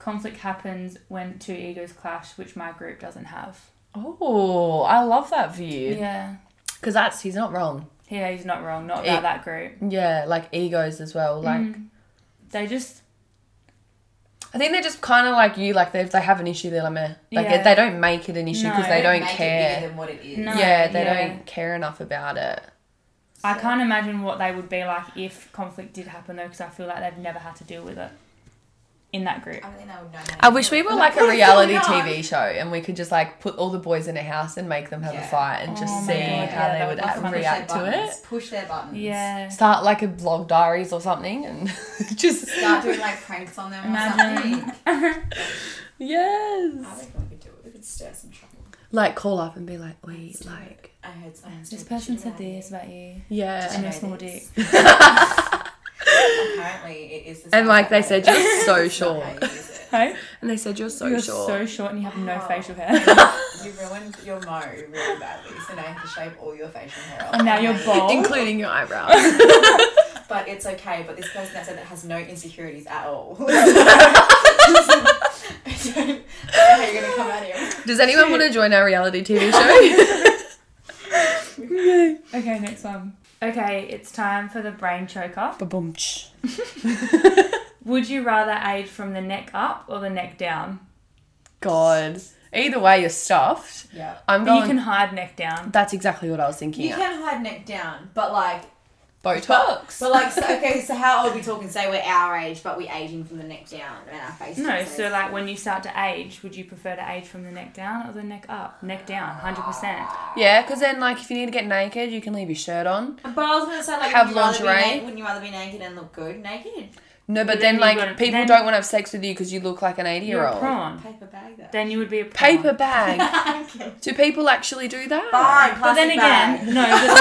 S4: Conflict happens when two egos clash, which my group doesn't have."
S3: oh, I love that view.
S4: Yeah.
S3: Because that's, he's not wrong.
S4: Yeah, he's not wrong. Not
S3: It-
S4: about that group.
S3: Yeah, like egos as well. Like,
S4: Mm. they just
S3: I think they're just kind of like you, like they, if they have an issue, they're like, meh. Like,
S4: Yeah.
S3: they don't make it an issue because
S4: No.
S3: they don't
S2: Make It bigger
S3: care.
S2: than what it is.
S4: No.
S3: yeah, they
S4: Yeah.
S3: don't care enough about it.
S4: I can't imagine what they would be like if conflict did happen though, because I feel like they've never had to deal with it in that group.
S2: I don't think they would know. how to
S3: I wish
S2: do
S3: we
S2: it.
S3: were like a
S2: What's
S3: reality
S2: going on?
S3: TV show and we could just like put all the boys in a house and make them have a
S2: Yeah.
S3: fight and just
S4: Oh my
S3: see
S4: God,
S3: how
S4: yeah,
S3: they
S4: that
S3: would
S4: would be
S3: act,
S4: fun.
S2: Push
S3: react
S2: their
S3: to
S2: buttons.
S3: it.
S2: Push their buttons.
S4: Yeah.
S3: Start like a blog diaries or something and just
S2: Start doing like pranks on them or
S4: Imagine.
S2: something.
S3: yes.
S2: I reckon we could do it. We could stir some trouble.
S3: like call up and be like, we
S2: Let's do
S3: like,
S2: I heard someone
S4: This
S2: talking
S4: person
S2: shit
S4: said
S2: about you.
S4: this about you.
S3: yeah.
S4: And
S2: know
S4: a small
S2: this.
S4: dick.
S2: Apparently, it is. The
S3: And, like, they said,
S2: you're
S3: you're so short.
S4: Hey,
S3: And they said you're so
S4: you're
S3: short.
S4: so short and you have no
S2: Wow.
S4: facial hair.
S2: You ruined your mo really badly, so now you have to shave all your facial hair off.
S4: And now you're bald.
S3: including your eyebrows.
S2: But it's okay. But this person that said it has no insecurities at all. I don't I don't know how you're gonna come out here.
S3: Does anyone want to join our reality TV show?
S4: okay, next one. Okay, it's time for the brain choker.
S3: Ba-boom-tsh.
S4: Would you rather aid from the neck up or the neck down?
S3: God. Either way, you're stuffed.
S2: Yeah.
S3: I'm
S4: But
S3: going.
S4: you can hide neck down.
S3: That's exactly what I was thinking.
S2: You can hide neck down, but like,
S3: Botox.
S2: but like, so, okay, so how old are we talking? Say we're our age, but we aging from the neck down and our face.
S4: No, so like when you start to age, would you prefer to age from the neck down or the neck up? Neck down, hundred percent.
S3: yeah, because then like if you need to get naked, you can leave your shirt on.
S2: But I was gonna say like,
S3: Have
S2: wouldn't you rather be
S3: lingerie.
S2: na- Wouldn't you rather be naked and look good naked?
S3: No, but,
S4: But
S3: then,
S4: then
S3: like
S4: you wouldn't-
S3: people
S4: then-
S3: don't want to have sex with you because you look like an
S4: You're a
S3: eighty-year-old.
S4: prawn.
S2: Paper bag though.
S4: Then you would be a prawn.
S3: Paper bag.
S2: okay.
S3: Do people actually do that?
S2: Fine.
S4: But then
S2: plastic
S4: again,
S2: bag.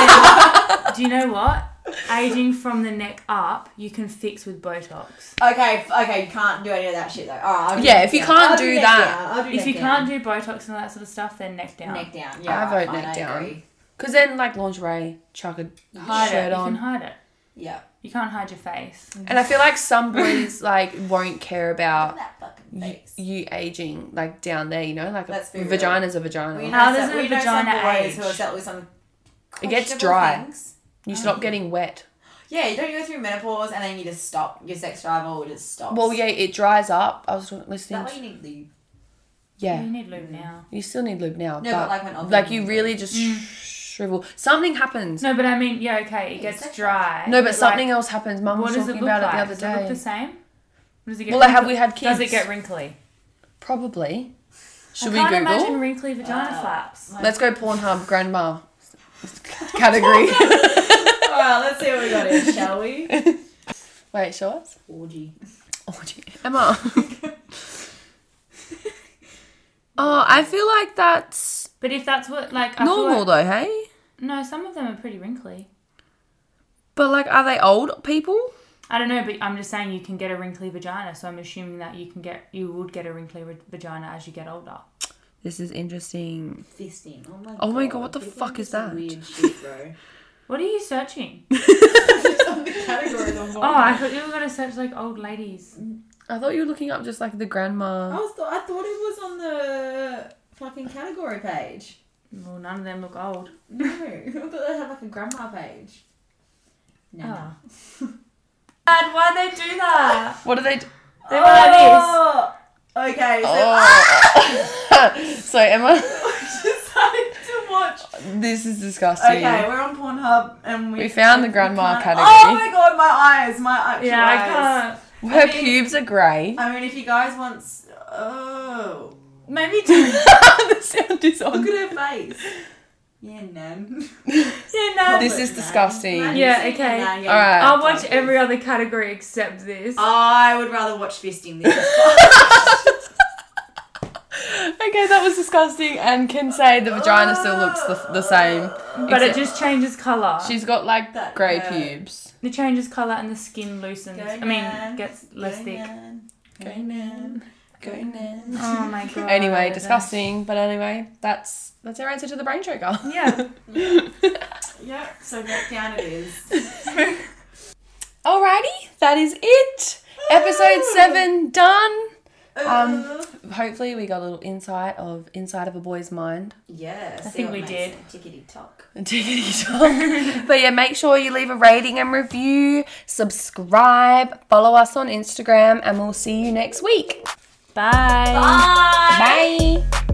S4: no. But then, do you know what? Aging from the neck up, you can fix with Botox.
S2: Okay, f- okay, you can't do any of that shit though. All right, I'll do
S3: Yeah,
S2: neck
S3: if you
S2: down.
S3: can't
S2: I'll
S3: do
S2: neck
S3: that-
S2: down. I'll do
S4: If
S2: neck
S4: you
S2: down.
S4: can't do Botox and all that sort of stuff, then neck down.
S2: neck down,
S3: I
S2: yeah,
S3: vote
S2: fine,
S3: neck
S2: I
S3: down.
S2: agree.
S3: Because then like lingerie, chuck a
S4: Hide
S3: shirt
S4: it. You
S3: on.
S4: can hide it.
S2: Yeah.
S4: You can't hide your face.
S3: And I feel like some boys like won't care
S2: Look at
S3: about
S2: that fucking
S3: y-
S2: face.
S3: Uh, you aging like down there, you know, like
S2: Let's be
S3: a,
S2: real.
S3: vagina's a
S2: We
S3: vagina.
S2: know
S4: How does
S2: some-
S4: a
S2: we know some
S4: vagina
S2: boys who are
S4: age?
S2: dealt with some
S3: It gets
S2: questionable
S3: dry.
S2: things.
S3: You
S4: um,
S3: stop getting wet.
S2: Yeah, you don't go through menopause and then you just stop. Your sex drive will just stop.
S3: Well, yeah, it dries up. I was listening.
S2: That
S3: To,
S2: way you need lube.
S3: yeah,
S4: You need lube now.
S3: you still need lube now,
S2: No,
S3: but,
S2: but, like when ovulating-
S3: like you really just sh- shrivel. Something happens.
S4: Mm. No, but I mean, yeah, okay, it
S2: It's
S4: gets
S2: sexual.
S4: dry.
S3: No, but
S4: like,
S3: something else happens. Mum
S4: What
S3: was
S4: does it
S3: talking
S4: look
S3: about
S4: like?
S3: it
S4: does
S3: the
S4: it
S3: other
S4: look
S3: day.
S4: the same? Does it get
S3: Well, like, have
S4: wrinkly?
S3: we had kids?
S4: Does it get wrinkly?
S3: Probably. Should
S4: I
S3: we
S4: can't
S3: Google?
S4: imagine wrinkly vagina
S2: Wow.
S4: flaps.
S3: Let's go Pornhub grandma category.
S2: All right, let's see what we got here, shall we?
S3: Wait, show us.
S2: Orgy.
S3: Oh, gee. Emma. Oh, I feel like that's
S4: But if that's what like I feel
S3: normal
S4: like-
S3: though, hey?
S4: No, some of them are pretty wrinkly.
S3: But like, are they old people?
S4: I don't know, but I'm just saying you can get a wrinkly vagina, so I'm assuming that you can get you would get a wrinkly ri- vagina as you get older.
S3: This is interesting.
S2: Fisting. Oh my god.
S3: Oh my God, what the
S2: People
S3: fuck
S2: do
S3: is
S2: some
S3: that?
S2: Weird shit, bro.
S4: What are you searching?
S2: It's on the category the whole
S4: Oh, I thought you were gonna search like old ladies.
S3: I thought you were looking up just like the
S2: I,
S3: grandma.
S2: was th- I thought it was on the fucking category page.
S4: Well, none of them look old.
S2: No. I thought they had like a grandma page. No.
S3: Ah.
S2: no.
S4: Ah. Dad, why they do that?
S3: What are they? D-
S4: They were like this.
S2: Oh! Okay, so
S3: oh. so Emma,
S2: decided to watch.
S3: this is disgusting.
S2: Okay, we're on Pornhub and we
S3: We found the grandma
S2: can't-
S3: category.
S2: Oh my god, my eyes, my actual
S4: Yeah, I
S2: eyes.
S4: can't.
S3: Her
S2: mean-
S3: pubes are grey.
S2: I mean, if you guys want, s- oh,
S4: Maybe do.
S3: the sound is on.
S2: look at her face. Yeah, nan.
S4: yeah, no.
S3: This is disgusting.
S2: Nan,
S4: Yeah,
S2: you see
S4: okay.
S2: nan, yeah,
S3: All right.
S4: I'll watch every other category except this.
S3: Oh,
S2: I would rather watch fisting this.
S3: Okay, that was disgusting, and can say the vagina still looks the, the same.
S4: but it
S3: Except-
S4: just changes colour.
S3: She's got like
S2: That
S3: grey
S2: hurt.
S3: pubes.
S4: It changes colour and the skin loosens. I mean, gets less thick.
S2: Go nan. Go nan.
S4: Oh my god.
S3: Anyway, disgusting. But anyway, that's that's our answer to the brain choker.
S4: Yeah.
S2: Yep. So back down it is.
S3: Alrighty, that is it. Episode seven done. Um,
S2: Uh,
S3: Hopefully, we got a little insight of inside of a boy's mind.
S2: yeah. I
S4: think we did.
S2: Tickety tock.
S3: Tickety tock. but yeah, make sure you leave a rating and review, subscribe, follow us on Instagram, and we'll see you next week.
S4: Bye.
S3: Bye.